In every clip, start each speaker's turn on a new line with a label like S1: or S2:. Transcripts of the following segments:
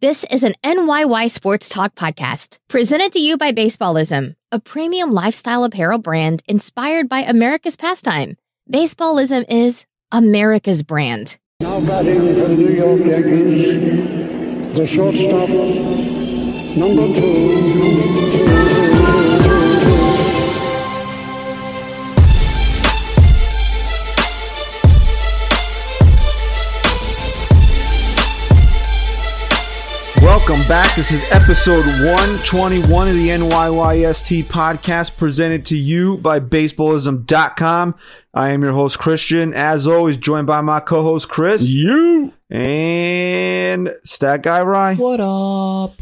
S1: This is an NYY Sports Talk podcast presented to you by Baseballism, a premium lifestyle apparel brand inspired by America's pastime. Baseballism is America's brand.
S2: Now batting for the New York Yankees, the shortstop, number two.
S3: Welcome back. This is episode 121 of the NYYST podcast presented to you by baseballism.com. I am your host, Christian. As always, joined by my co host, Chris. You. And Stat Guy Rye.
S4: What up?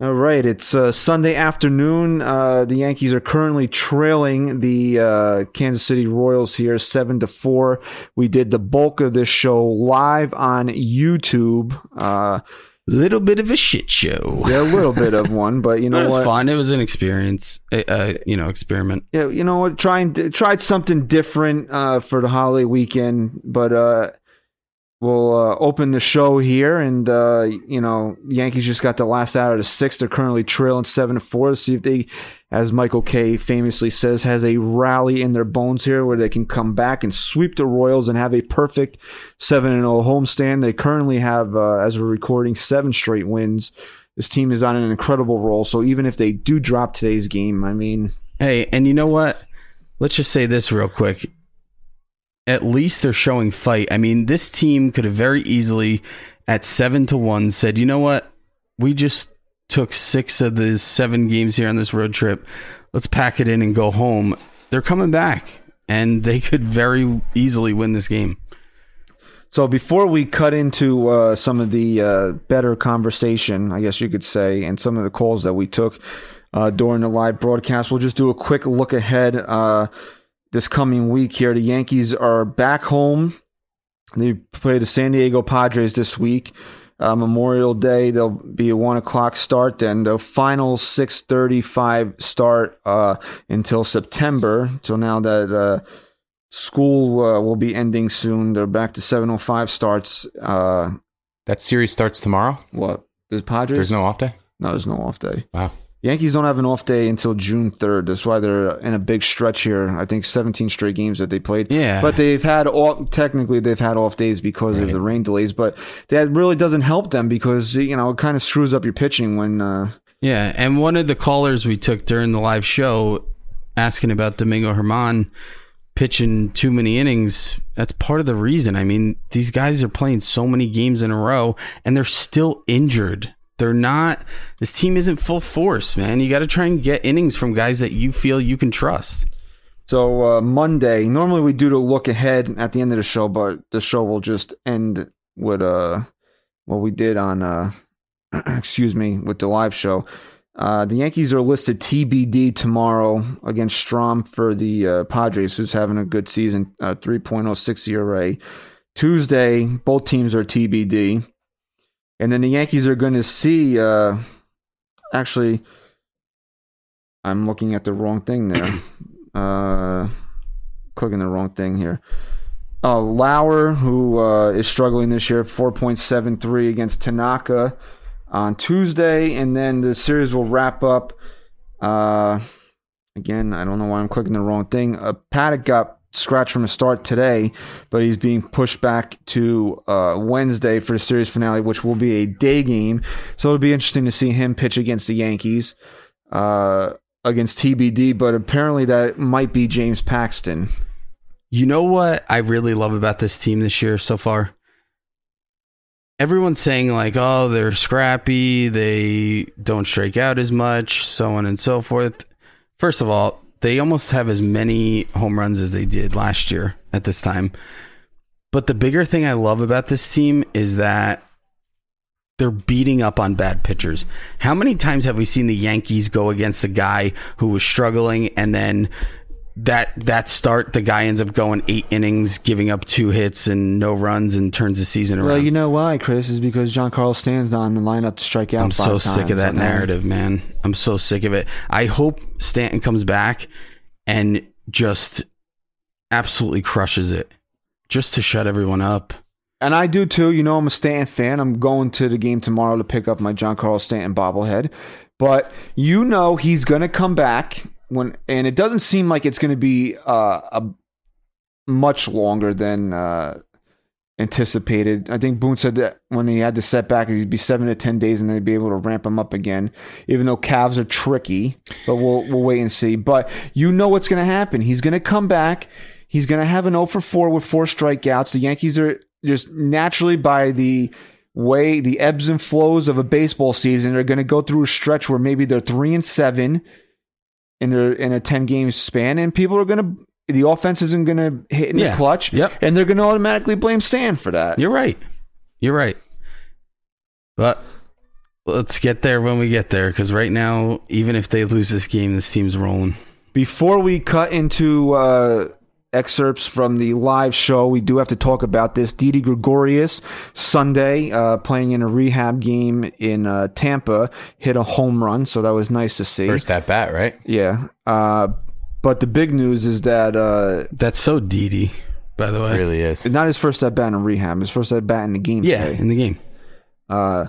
S3: All right. It's uh, Sunday afternoon. Uh, the Yankees are currently trailing the uh, Kansas City Royals here, 7 to 4. We did the bulk of this show live on YouTube. Uh,
S4: Little bit of a shit show.
S3: yeah, a little bit of one, but you know
S4: But it was
S3: what?
S4: fun. It was an experience, uh, uh, you know, experiment.
S3: yeah, you know what? Trying tried something different uh, for the holiday weekend, but uh, we'll uh, open the show here, and uh, you know, Yankees just got the last out of the six. They're currently trailing seven to four. To see if they, as Michael K famously says, has a rally in their bones here where they can come back and sweep the Royals and have a perfect seven and zero homestand. They currently have, uh, as we're recording, seven straight wins. This team is on an incredible roll. So even if they do drop today's game, I mean.
S4: Hey, and you know what? Let's just say this real quick. At least they're showing fight. I mean, this team could have very easily, at seven to one, said, you know what? We just took six of the seven games here on this road trip. Let's pack it in and go home. They're coming back, and they could very easily win this game.
S3: So before we cut into uh, some of the uh, better conversation, I guess you could say, and some of the calls that we took uh, during the live broadcast, we'll just do a quick look ahead uh, this coming week here. The Yankees are back home. They play the San Diego Padres this week. Uh, Memorial Day, there'll be a one o'clock start. Then the final six thirty-five start uh, until September. Till now that. Uh, school uh, will be ending soon. They're back to 7:05 starts. Uh,
S5: That series starts tomorrow.
S3: what? There's Padres.
S5: There's no off day.
S3: no, there's no off day.
S5: Wow.
S3: Yankees don't have an off day until June 3rd. That's why they're in a big stretch here. I think 17 straight games that they played.
S4: Yeah.
S3: But they've had all technically they've had off days because of the rain delays, but that really doesn't help them because you know it kind of screws up your pitching when uh,
S4: Yeah, and one of the callers we took during the live show asking about Domingo Herman pitching too many innings, that's part of the reason. I mean, these guys are playing so many games in a row and they're still injured. They're not this team isn't full force, man. You got to try and get innings from guys that you feel you can trust.
S3: So uh, Monday, normally we do the look ahead at the end of the show, but the show will just end with uh what we did on uh excuse me with the live show. Uh, the Yankees are listed TBD tomorrow against Strom for the uh, Padres, who's having a good season, uh, 3.06 ERA. Tuesday, both teams are TBD, and then the Yankees are going to see. Uh, actually, I'm looking at the wrong thing there. uh, clicking the wrong thing here. Uh, Lauer, who uh, is struggling this year, 4.73 against Tanaka on Tuesday. And then the series will wrap up. Uh, again, I don't know why I'm clicking the wrong thing. Uh, Paddock got scratched from the start today, but he's being pushed back to uh, Wednesday for the series finale, which will be a day game. So it'll be interesting to see him pitch against the Yankees uh, against TBD, but apparently that might be James Paxton.
S4: You know what I really love about this team this year so far? Everyone's saying, like, oh, they're scrappy, they don't strike out as much, so on and so forth. First of all, they almost have as many home runs as they did last year at this time. But the bigger thing I love about this team is that they're beating up on bad pitchers. How many times have we seen the Yankees go against a guy who was struggling and then that that start the guy ends up going 8 innings, giving up two hits and no runs and turns the season around.
S3: Well, you know why, Chris? Is because John Carl stands on the lineup to strike out.
S4: I'm so
S3: five
S4: sick of
S3: times
S4: that
S3: on there.
S4: narrative, man. I'm so sick of it. I hope Stanton comes back and just absolutely crushes it just to shut everyone up.
S3: And I do too. You know, I'm a Stanton fan. I'm going to the game tomorrow to pick up my John Carl Stanton bobblehead. But you know, he's going to come back when, and it doesn't seem like it's going to be uh, a much longer than uh, anticipated. I think Boone said that when he had the setback, he'd be seven to ten days, and they'd be able to ramp him up again. Even though calves are tricky, but we'll we'll wait and see. But you know what's going to happen? He's going to come back. He's going to have an 0 for 4 with four strikeouts. The Yankees are just naturally by the way the ebbs and flows of a baseball season are going to go through a stretch where maybe they're three and seven in their in a 10 game span and people are going to the offense isn't going to hit in
S4: Yeah.
S3: the clutch
S4: Yep.
S3: and they're going to automatically blame stan for that
S4: You're right. You're right. But let's get there when we get there because right now, even if they lose this game, this team's rolling.
S3: Before we cut into uh, excerpts from the live show, we do have to talk about this. Didi Gregorius, Sunday, uh, playing in a rehab game in uh, Tampa, hit a home run, so that was nice to see.
S5: First at bat, right?
S3: Yeah. Uh, but the big news is that uh,
S4: That's so DD, by the way.
S5: really is.
S3: not his first at bat in rehab, his first at bat in the game
S4: Yeah,
S3: today.
S4: in the game.
S3: Uh,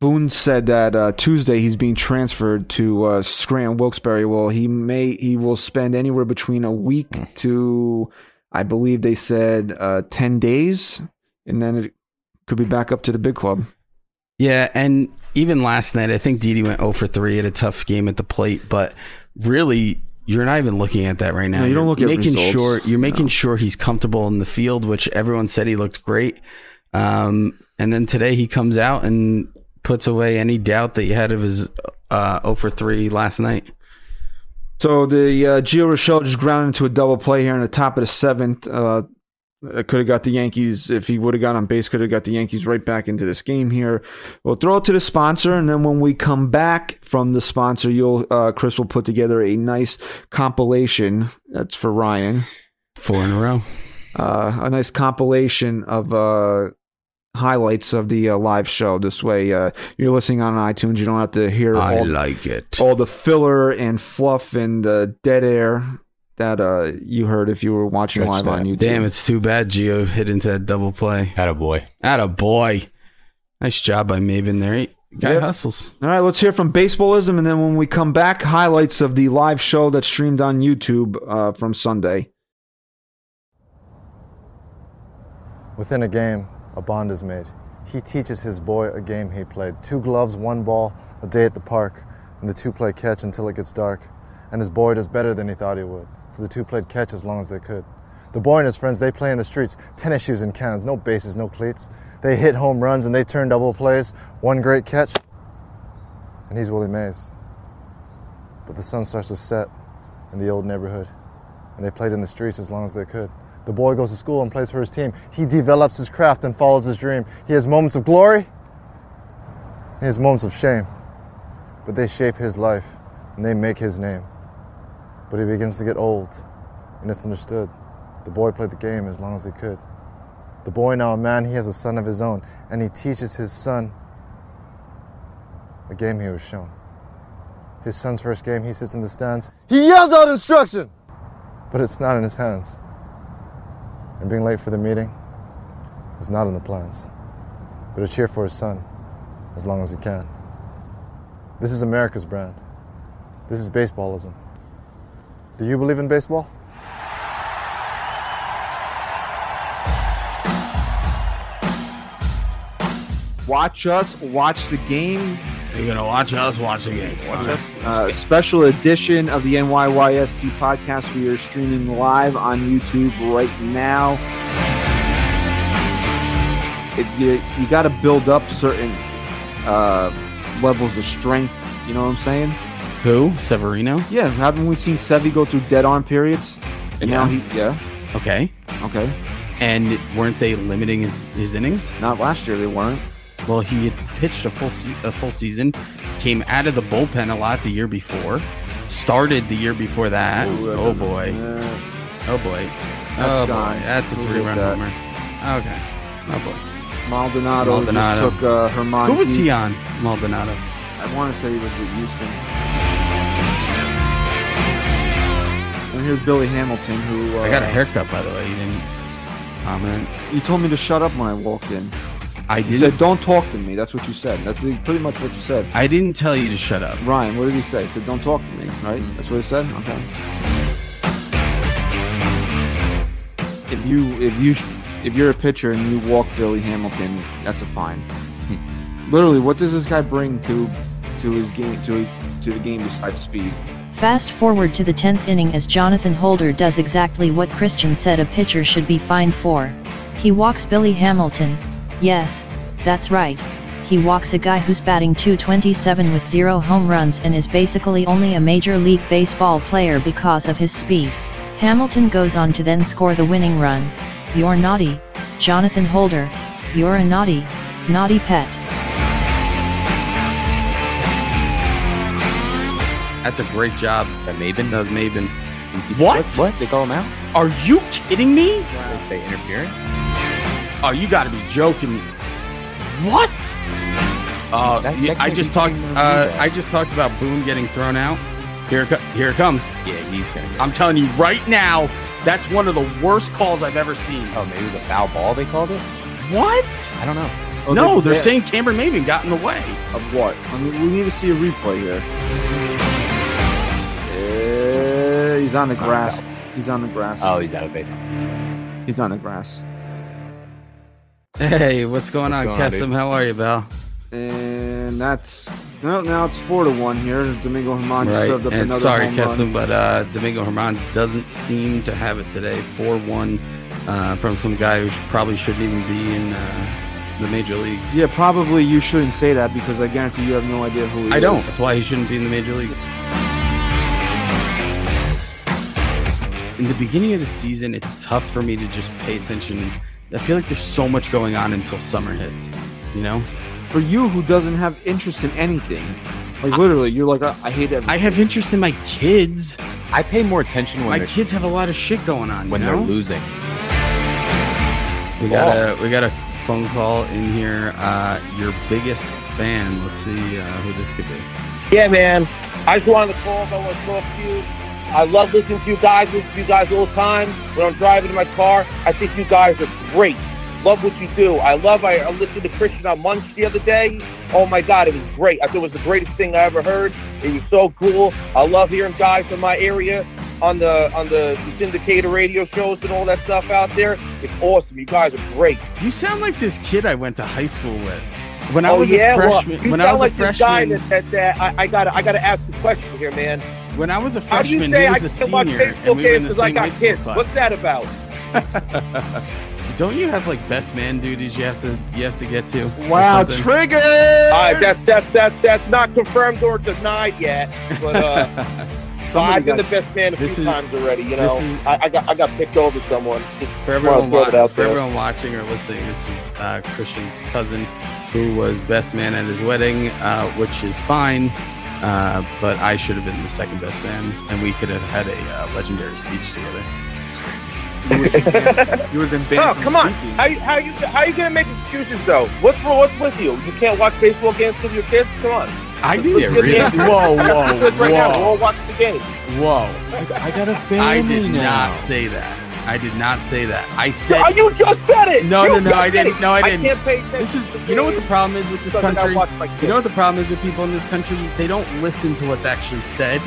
S3: Boone said that uh, Tuesday he's being transferred to uh, Scranton Wilkes-Barre. Well, he may he will spend anywhere between a week to, I believe they said uh, ten days, and then it could be back up to the big club.
S4: Yeah, and even last night, I think Didi went 0 for 3 at a tough game at the plate, but really, you're not even looking at that right now.
S3: No, you don't
S4: You're
S3: look at
S4: making
S3: results.
S4: sure you're making sure he's comfortable in the field, which everyone said he looked great. Um, and then today he comes out and puts away any doubt that you had of his uh, 0 for 3 last night.
S3: So the uh, Gio Rochelle just ground into a double play here in the top of the seventh. Uh, could have got the Yankees if he would have got on base. Could have got the Yankees right back into this game here. We'll throw it to the sponsor, and then when we come back from the sponsor, you'll uh, Chris will put together a nice compilation. That's for Ryan.
S4: Four in a row.
S3: Uh, a nice compilation of. Uh, Highlights of the uh, live show. This way, uh, you're listening on iTunes. You don't have to hear all
S4: like it.
S3: all the filler and fluff and uh, dead air that uh, you heard if you were watching
S5: Stretch
S3: live on
S5: that.
S3: YouTube.
S4: Damn, it's too bad Gio hit into that double play.
S5: Had a boy.
S4: Atta boy. Nice job by Maven there. He- Guy
S3: Yep.
S4: hustles.
S3: All right, let's hear from Baseballism, and then when we come back, highlights of the live show that streamed on YouTube uh, from Sunday.
S6: Within a game, a bond is made. He teaches his boy a game he played. Two gloves, one ball, a day at the park, and the two play catch until it gets dark. And his boy does better than he thought he would, so the two played catch as long as they could. The boy and his friends, they play in the streets, tennis shoes and cans, no bases, no cleats. They hit home runs and they turn double plays, one great catch, and he's Willie Mays. But the sun starts to set in the old neighborhood and they played in the streets as long as they could. The boy goes to school and plays for his team. He develops his craft and follows his dream. He has moments of glory, he has moments of shame, but they shape his life and they make his name. But he begins to get old, and it's understood. The boy played the game as long as he could. The boy, now a man, he has a son of his own, and he teaches his son a game he was shown. His son's first game, he sits in the stands. He yells out instruction! but it's not in his hands. And being late for the meeting was not in the plans, but a cheer for his son as long as he can. This is America's brand. This is baseballism. Do you believe in baseball?
S3: Watch us, watch the game.
S4: You're gonna watch us watch the game. Watch us.
S3: Uh, special edition of the NYYST podcast. We are streaming live on YouTube right now. It, you you got to build up certain uh, levels of strength. You know what I'm saying?
S4: Who? Severino.
S3: Yeah, haven't we seen Sevi go through dead arm periods? And now he, yeah,
S4: Okay.
S3: okay.
S4: And weren't they limiting his, his innings?
S3: Not last year they weren't.
S4: Well, he had pitched a full se- a full season, came out of the bullpen a lot the year before, started the year before that. oh boy.
S3: Yeah.
S4: Oh boy.
S3: That's
S4: oh
S3: gone.
S4: boy. That's a
S3: We'll
S4: three run
S3: get that.
S4: homer. Okay. Oh boy.
S3: Maldonado,
S4: Maldonado.
S3: just took uh, Herman.
S4: Who was he on? Maldonado.
S3: I want to say he was with Houston. And here's Billy Hamilton, who uh,
S4: I got a haircut by the way. You didn't comment.
S3: You told me to shut up when I walked in.
S4: I
S3: You
S4: didn't.
S3: said, "Don't talk to me." That's what you said. That's pretty much what you said.
S4: I didn't tell you to shut up.
S3: Ryan, what did he say? He said, "Don't talk to me." Right? That's what he said. Okay. If you if you if you're a pitcher and you walk Billy Hamilton, that's a fine. Literally, what does this guy bring to to his game to to the game besides speed?
S7: Fast forward to the 10th inning as Jonathan Holder does exactly what Christian said a pitcher should be fined for. He walks Billy Hamilton, yes, that's right. He walks a guy who's batting 227 with zero home runs and is basically only a Major League Baseball player because of his speed. Hamilton goes on to then score the winning run. You're naughty, Jonathan Holder, you're a naughty, naughty pet.
S4: That's a great job.
S5: That Maven?
S4: That was Maven. What?
S5: What? They call him out?
S4: Are you kidding me?
S5: They say interference?
S4: Oh, you gotta be joking me. What? Uh,
S5: That-
S4: yeah,
S5: that
S4: I
S5: can't
S4: just
S5: be
S4: talked.
S5: getting
S4: Uh,
S5: reviewed.
S4: I just talked about Boone getting thrown out. Here, it co- here it comes.
S5: Yeah, he's gonna get
S4: I'm telling you right now, that's one of the worst calls I've ever seen.
S5: Oh, maybe it was a foul ball they called it?
S4: What?
S5: I don't know.
S3: Oh,
S4: no, they're
S3: they-
S4: saying Cameron Maven got in the way.
S3: Of what? I mean, we need to see a replay here. Eh, he's on the grass. He's on the grass.
S5: Oh, he's out of base.
S3: He's on the grass.
S4: Hey, what's going
S5: What's
S4: on,
S5: going on,
S4: Kesem?
S5: dude?
S4: How are you, Val?
S3: And that's no, now it's four to one here. Domingo Herman just served up
S4: And
S3: another
S4: sorry,
S3: home run.
S4: Kesem, but uh, Domingo Herman doesn't seem to have it today. Four-one uh, from some guy who sh- probably shouldn't even be in uh, the major leagues.
S3: Yeah, probably you shouldn't say that because I guarantee you have no idea who he
S4: I
S3: is.
S4: don't. That's why he shouldn't be in the major league. In the beginning of the season, it's tough for me to just pay attention. I feel like there's so much going on until summer hits. You know,
S3: For you who doesn't have interest in anything, like literally, you're like, I, I hate everything.
S4: I have interest in my kids.
S5: I pay more attention when
S4: my
S5: they're
S4: kids have a lot of shit going on.
S5: when
S4: you
S5: they're
S4: know?
S5: losing.
S4: We got a we got a phone call in here. Uh, your biggest fan. Let's see uh, who this could be.
S8: Yeah, man. I just wanted to call. I want to talk to you. I love listening to you guys. Listen to you guys all the time. When I'm driving in my car, I think you guys are great. Love what you do. I love. I, I listened to Christian on Munch the other day. Oh my God, it was great. I thought it was the greatest thing I ever heard. It was so cool. I love hearing guys from my area on the on the, the syndicated radio shows and all that stuff out there. It's awesome. You guys are great.
S4: You sound like this kid I went to high school with. When I
S8: oh
S4: was
S8: yeah,
S4: a freshman,
S8: well, you
S4: when
S8: sound
S4: I was
S8: like
S4: a
S8: this guy
S4: freshman,
S8: that, that, that I, I gotta I gotta ask a question here, man.
S4: when I was a
S8: How do you
S4: freshman,
S8: say
S4: he
S8: I
S4: was a
S8: can watch
S4: senior,
S8: baseball
S4: and we were in
S8: games
S4: the
S8: because I
S4: same high
S8: got
S4: school
S8: kids?
S4: class.
S8: What's that about?
S4: Don't you have like best man duties you have to you have to get to? or
S3: wow,
S4: something?
S3: trigger!
S8: Uh, that's that's that's that's not confirmed or denied yet. But uh, so
S3: Somebody
S8: I've been
S3: got-
S8: the best man a few
S4: this is-
S8: times already. You
S4: this
S8: know,
S4: is-
S8: I, I got I got picked over someone. Just
S4: for everyone,
S8: wanna throw
S4: watch,
S8: it out
S4: for
S8: there.
S4: everyone watching or listening, this is uh, Christian's cousin who was best man at his wedding, uh, which is fine. Uh, but I should have been the second best man, and we could have had a uh, legendary speech together.
S3: you would have been, you would've been banned
S8: oh
S3: from
S8: come on!
S3: speaking.
S8: How you- how you how you gonna make excuses though? What's wrong- what's with you? You can't watch baseball games with your kids? Come on!
S4: I
S8: didn't
S4: did
S8: say that.
S4: Whoa,
S8: That's good right now. We're all watching the game.
S4: whoa!
S5: I got a family
S4: I did
S5: now.
S4: not say that. I did not say that. I said
S8: Oh, you just said it.
S4: No,
S8: You
S4: no, no,
S8: just
S4: I
S8: said
S4: didn't.
S8: it.
S4: No, I didn't.
S8: I can't pay attention
S4: this is.
S8: to the
S4: You know what the
S8: game
S4: problem is with this
S8: because I gotta
S4: country.
S8: watch my
S4: You
S8: kids.
S4: know what the problem is with people in this country? They don't listen to what's actually said,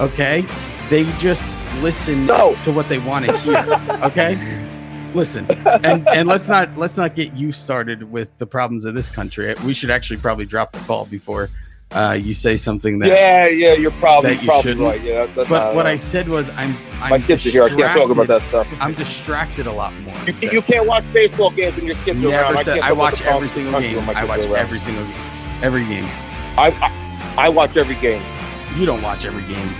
S4: okay? They just listen
S8: No.
S4: to what they want to hear, okay? Listen, and and let's not let's not get you started with the problems of this country. We should actually probably drop the call before uh, you say something that.
S8: Yeah, yeah, you're probably
S4: that you
S8: probably
S4: shouldn't.
S8: right. Yeah, that's, that's
S4: But
S8: not- uh,
S4: what I said was I'm I'm
S8: my kids are here. I can't talk about
S4: distracted-
S8: that stuff.
S4: I'm distracted a lot more.
S8: You,
S4: So-
S8: you can't watch baseball games when your kids are around.
S4: Never said
S8: can't
S4: I
S8: look at
S4: watch
S8: the phone
S4: every
S8: with
S4: single
S8: my kids
S4: game.
S8: when my
S4: I
S8: kids
S4: watch
S8: are around.
S4: every single game. Every game.
S8: I, I I watch every game.
S4: You don't watch every game.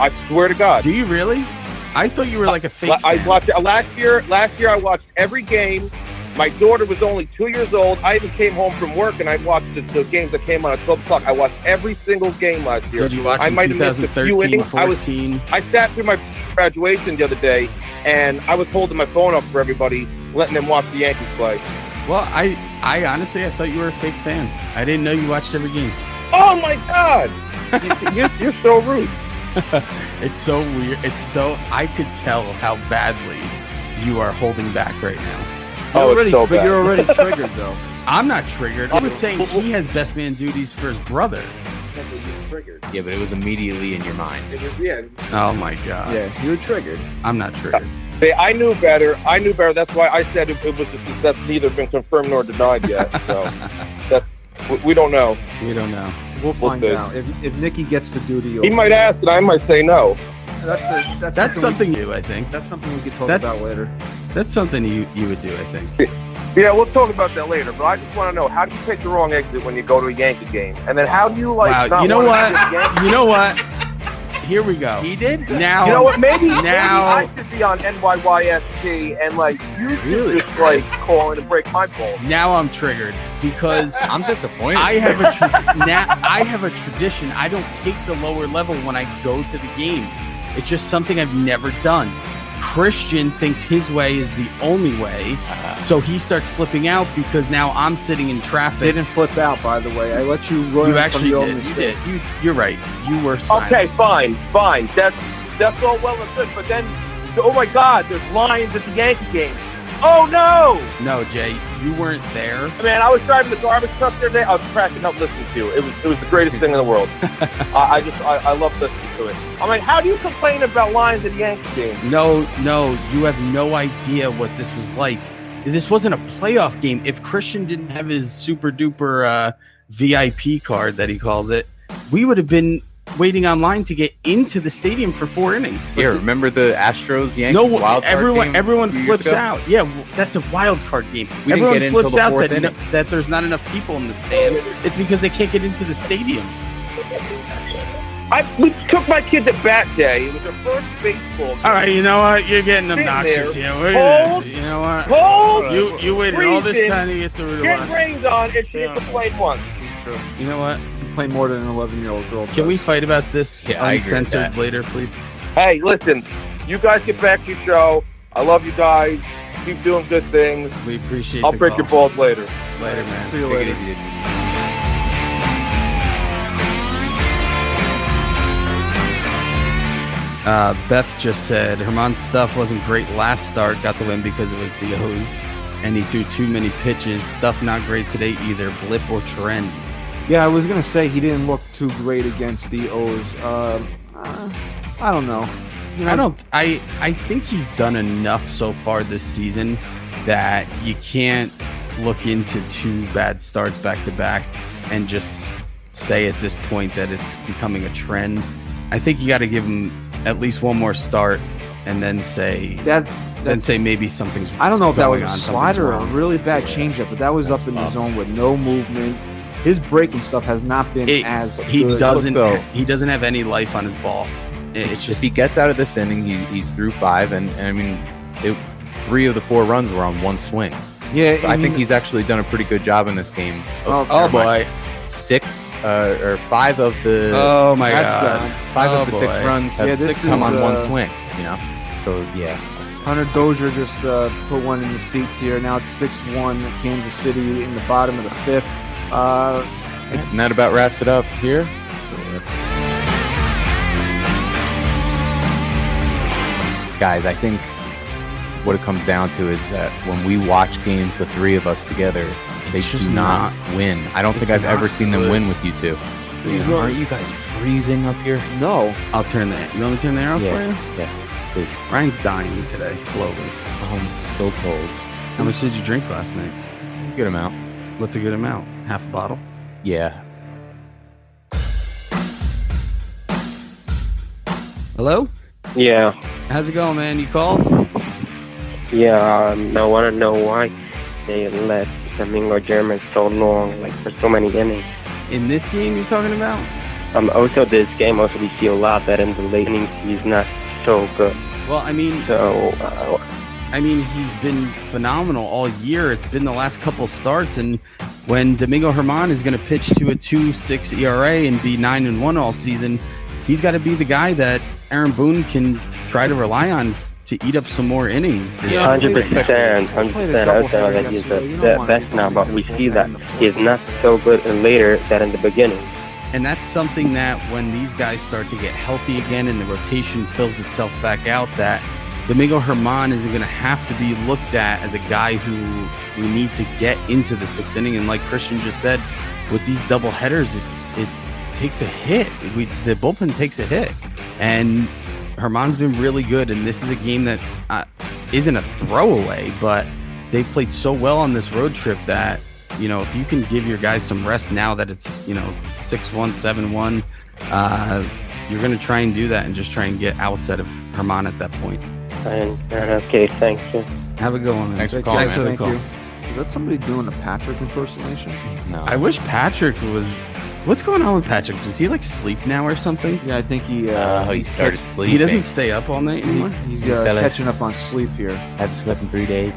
S8: I swear to God.
S4: Do you really? I thought you were like a fake.
S8: La- I
S4: fan.
S8: watched last year. Last year I watched every game. My daughter was only two years old. I even came home from work and I watched the, the games that came on at twelve o'clock. I watched every single game last year.
S4: Did you watch
S8: I
S4: in
S8: might have missed a few
S4: 2013,
S8: innings. I was-
S4: 14?
S8: I sat through my graduation the other day and I was holding my phone up for everybody, letting them watch the Yankees play.
S4: Well, I, I honestly, I thought you were a fake fan. I didn't know you watched every game.
S8: Oh my God! You- you're, you're so rude.
S4: It's so weird. It's so I could tell how badly you are holding back right now.
S8: Oh, it's
S3: already,
S8: so
S3: but
S8: bad.
S3: you're already triggered though.
S4: I'm not triggered. I was saying he has best man duties for his brother.
S5: Yeah, but it was immediately in your mind.
S3: yeah,
S4: Oh my god.
S3: yeah, you're triggered.
S4: I'm not triggered.
S8: They, I knew better. I knew better. That's why I said it, it was a success. Neither been confirmed nor denied yet. So that's, we, we don't know.
S4: We don't know.
S3: We'll find
S8: good.
S3: out if if Nikki gets to duty.
S8: He might ask, and I might say no.
S3: That's a, that's,
S4: That's
S3: something.
S4: something you, I think.
S3: we, that's something we could talk
S4: That's-
S3: about later.
S4: That's something you you would do, I think.
S8: Yeah, we'll talk about that later. But I just want to know how do you take the wrong exit when you go to a Yankee game, and then how do you like?
S4: Wow,
S8: not
S4: you know
S8: wanna
S4: what?
S8: see the Yankees?
S4: You know what? Here we go.
S5: He did?
S4: Now,
S8: You know what? Maybe
S4: Now-
S8: maybe I should be on NYYST and like you should
S5: Really,
S8: just like
S5: Chris?
S8: call in and break my balls.
S4: now I'm triggered because
S5: I'm disappointed.
S4: I have a tra- now I have a tradition. I don't take the lower level when I go to the game. It's just something I've never done. Christian thinks his way is the only way,
S8: Uh-huh.
S4: so he starts flipping out because now I'm sitting in
S3: They
S4: traffic.
S3: didn't flip out, by the way. I let you run
S4: You
S3: from
S4: actually
S3: your
S4: did. You
S3: mistake.
S4: did. You, you're right. You were silent.
S8: Okay, fine, fine. That's that's all well and good, but then oh my God, there's lions at the Yankee game. Oh no!
S4: No, Jay, you weren't there.
S8: Man, I was driving the garbage truck the other day. I was cracking up listening to it. It was it was the greatest thing in the world. I, I just I, I love listening to it. I'm like, how do you complain about lions at the Yankee game?
S4: No, no, you have no idea what this was like. This wasn't a playoff game. If Christian didn't have his super duper uh, VIP card that he calls it, we would have been waiting online to get into the stadium for four innings.
S5: Yeah, remember the Astros Yankees
S4: no,
S5: wild card
S4: everyone,
S5: game
S4: everyone
S5: a few years
S4: flips
S5: ago?
S4: out. Yeah, w- that's a wild card game.
S5: We didn't
S4: everyone
S5: get in till
S4: flips
S5: the
S4: out
S5: fourth
S4: that, no-
S5: inning.
S4: that there's not enough people in the stands. It's because they can't get into the stadium.
S8: I we took my kid to bat day. It was her first baseball.
S4: All right, you know what? You're getting
S8: Sitting
S4: obnoxious
S8: there,
S4: here. We're gonna-
S8: cold,
S4: you know what?
S8: Cold.
S4: You you waited all this
S8: freezing,
S4: time to get through to
S8: Get
S4: us.
S8: rings on, and she didn't complain once.
S4: You know what?
S3: You play more than an 11 year old girl.
S4: Can we
S3: does.
S4: fight about this
S5: Yeah, I agree with
S4: uncensored
S5: that.
S4: later, please?
S8: Hey, listen, you guys get back to your show. I love you guys. Keep doing good things.
S4: We appreciate.
S8: I'll
S4: the
S8: break
S4: call.
S8: your balls later.
S4: later, man.
S3: See you
S5: Take it
S3: later.
S5: easy, dude.
S4: Uh, Beth just said Herman's stuff wasn't great last start. Got the win because it was the O's, and he threw too many pitches. Stuff not great today either. Blip or trend.
S3: Yeah, I was gonna say he didn't look too great against the O's. Um, uh, I don't know. You know,
S4: I don't. I I think he's done enough so far this season that you can't look into two bad starts back to back and just say at this point that it's becoming a trend. I think you got to give him at least one more start and then say
S3: That
S4: then
S3: that's.
S4: say maybe something's.
S3: I don't know if that was
S4: going
S3: a
S4: on, something's
S3: slider or a
S4: wrong.
S3: really bad
S4: Yeah.
S3: changeup, but that was
S4: That's
S3: up in the
S4: up.
S3: zone with no movement. His breaking stuff has not been
S4: It-
S3: as
S4: He
S3: good.
S4: doesn't.
S5: though.
S4: He doesn't have any life on his ball. It- It's
S5: If
S4: just
S5: he gets out of this inning, he, he's through five, and, and I mean, it, three of the four runs were on one swing.
S3: Yeah,
S5: So I think he's actually done a pretty good job in this game.
S3: Oh,
S4: Oh
S5: Never mind.
S4: boy!
S5: Six uh, or five of the
S4: Oh my
S3: That's
S4: god!
S3: gone.
S5: five
S4: oh
S5: of the six
S4: boy.
S5: runs have
S3: Yeah, this
S5: six come
S3: is,
S5: on
S3: uh,
S5: one swing. You know, so yeah,
S3: Hunter Dozier just uh, put one in the seats here. Now it's six one Kansas City in the bottom of the fifth. Uh, it's
S5: and that about wraps it up here. Guys, I think what it comes down to is that when we watch games, the three of us together, they
S4: It's just
S5: do not win. I don't think
S4: it's
S5: I've
S4: not
S5: ever seen them
S4: good.
S5: win with you two.
S4: Yeah.
S5: Aren't you guys freezing up here?
S3: no.
S4: I'll turn that. You want me to turn the arrow for you?
S5: Yes. Please.
S4: Ryan's dying today, slowly.
S5: Oh, it's so cold.
S4: How much did you drink last night?
S5: Good amount.
S4: What's a good amount? Half a bottle?
S5: Yeah.
S4: Hello?
S8: Yeah,
S4: How's it going, man? You called?
S8: yeah. No, I don't know why they let Domingo German so long, like for so many innings.
S4: In this game you're talking about?
S8: Um, also this game, also we see a lot that in the late innings he's not so good.
S4: Well, I mean,
S8: So uh,
S4: I mean, he's been phenomenal all year. It's been the last couple starts, and when Domingo Herman is going to pitch to a two-six ERA and be nine and one all season, he's got to be the guy that Aaron Boone can try to rely on f- to eat up some more innings. This
S3: Yeah,
S8: hundred
S4: season.
S8: percent, hundred percent. I don't know that he's the, the best now, but we see that he's not so good in later than in the beginning.
S4: And that's something that when these guys start to get healthy again and the rotation fills itself back out, that Domingo Herman isn't going to have to be looked at as a guy who we need to get into the sixth inning. And like Christian just said, with these double headers, it, it takes a hit. We, the bullpen takes a hit. And Herman's been really good. And this is a game that uh, isn't a throwaway, but they played so well on this road trip that, you know, if you can give your guys some rest now that it's, you know, 6 1, 7 1, uh, you're going to try and do that and just try and get outs out of Herman at that point.
S9: And, and okay, thanks. Yeah.
S4: Have a good one. man.
S5: Thanks for
S4: Thank you.
S5: calling,
S4: Thanks for the
S5: man.
S4: call.
S3: you. Is that somebody doing a Patrick impersonation?
S5: No.
S4: I wish Patrick was. What's going on with Patrick? Does he like sleep now or something?
S3: Yeah, I think he. Uh,
S5: Uh, he
S3: he's
S5: started
S3: catch-
S5: sleeping.
S4: He doesn't stay up all night
S3: he-
S4: anymore.
S3: he's uh,
S5: Fellas.
S3: catching up on sleep here.
S5: haven't slept in three days.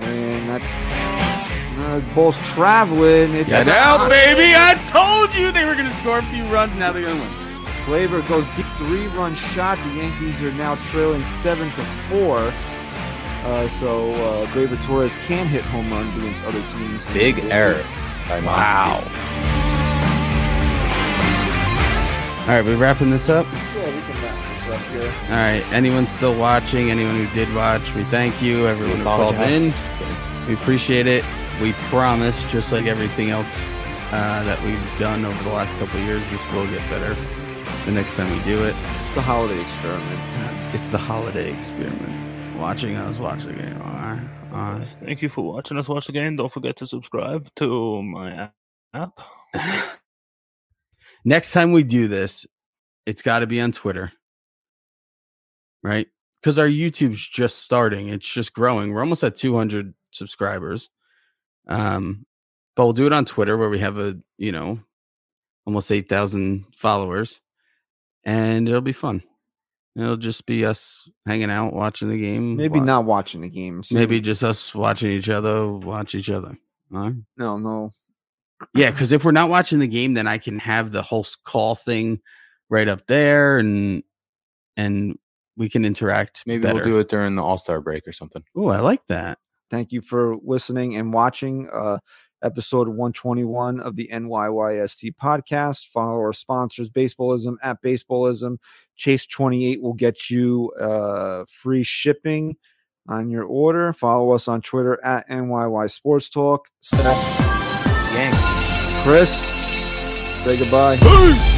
S3: And that. Uh, both traveling. It's
S4: Get out, baby! I told you they were going to score a few runs. Now they're going to win.
S3: Flavor goes deep three-run shot. The Yankees are now trailing seven to four. Uh, so uh, Gleyber Torres can hit home runs against other teams.
S5: Big error by Monty.
S4: All right, we wrapping this up.
S3: Yeah, we can wrap this up here.
S4: All right, anyone still watching? Anyone who did watch? We thank you. Everyone who called in.
S5: Just kidding.
S4: We appreciate it. We promise, just like everything else uh, that we've done over the last couple of years, this will get better the next time we do it.
S3: It's a holiday experiment.
S4: It's the holiday experiment. Watching us watch the game. Uh, uh.
S10: Thank you for watching us watch the game. Don't forget to subscribe to my app.
S4: Next time we do this, it's got to be on Twitter, right? Because our YouTube's just starting. It's just growing. We're almost at 200 subscribers. Um, but we'll do it on Twitter where we have a you know almost 8,000 followers, and it'll be fun. It'll just be us hanging out, watching the game.
S3: Maybe
S4: wa-
S3: not watching the games.
S4: Maybe just us watching each other, watch each other. All right.
S3: No, no.
S4: Yeah, because if we're not watching the game, then I can have the whole s- call thing right up there, and and we can interact.
S5: Maybe
S4: better.
S5: we'll do it during the All Star break or something.
S4: Oh, I like that.
S3: Thank you for listening and watching uh, episode 121 of the NYYST podcast. Follow our sponsors, Baseballism at Baseballism. Chase 28 will get you uh, free shipping on your order. Follow us on Twitter at NYY Sports Talk. Seth, Chris, say goodbye.
S4: Peace.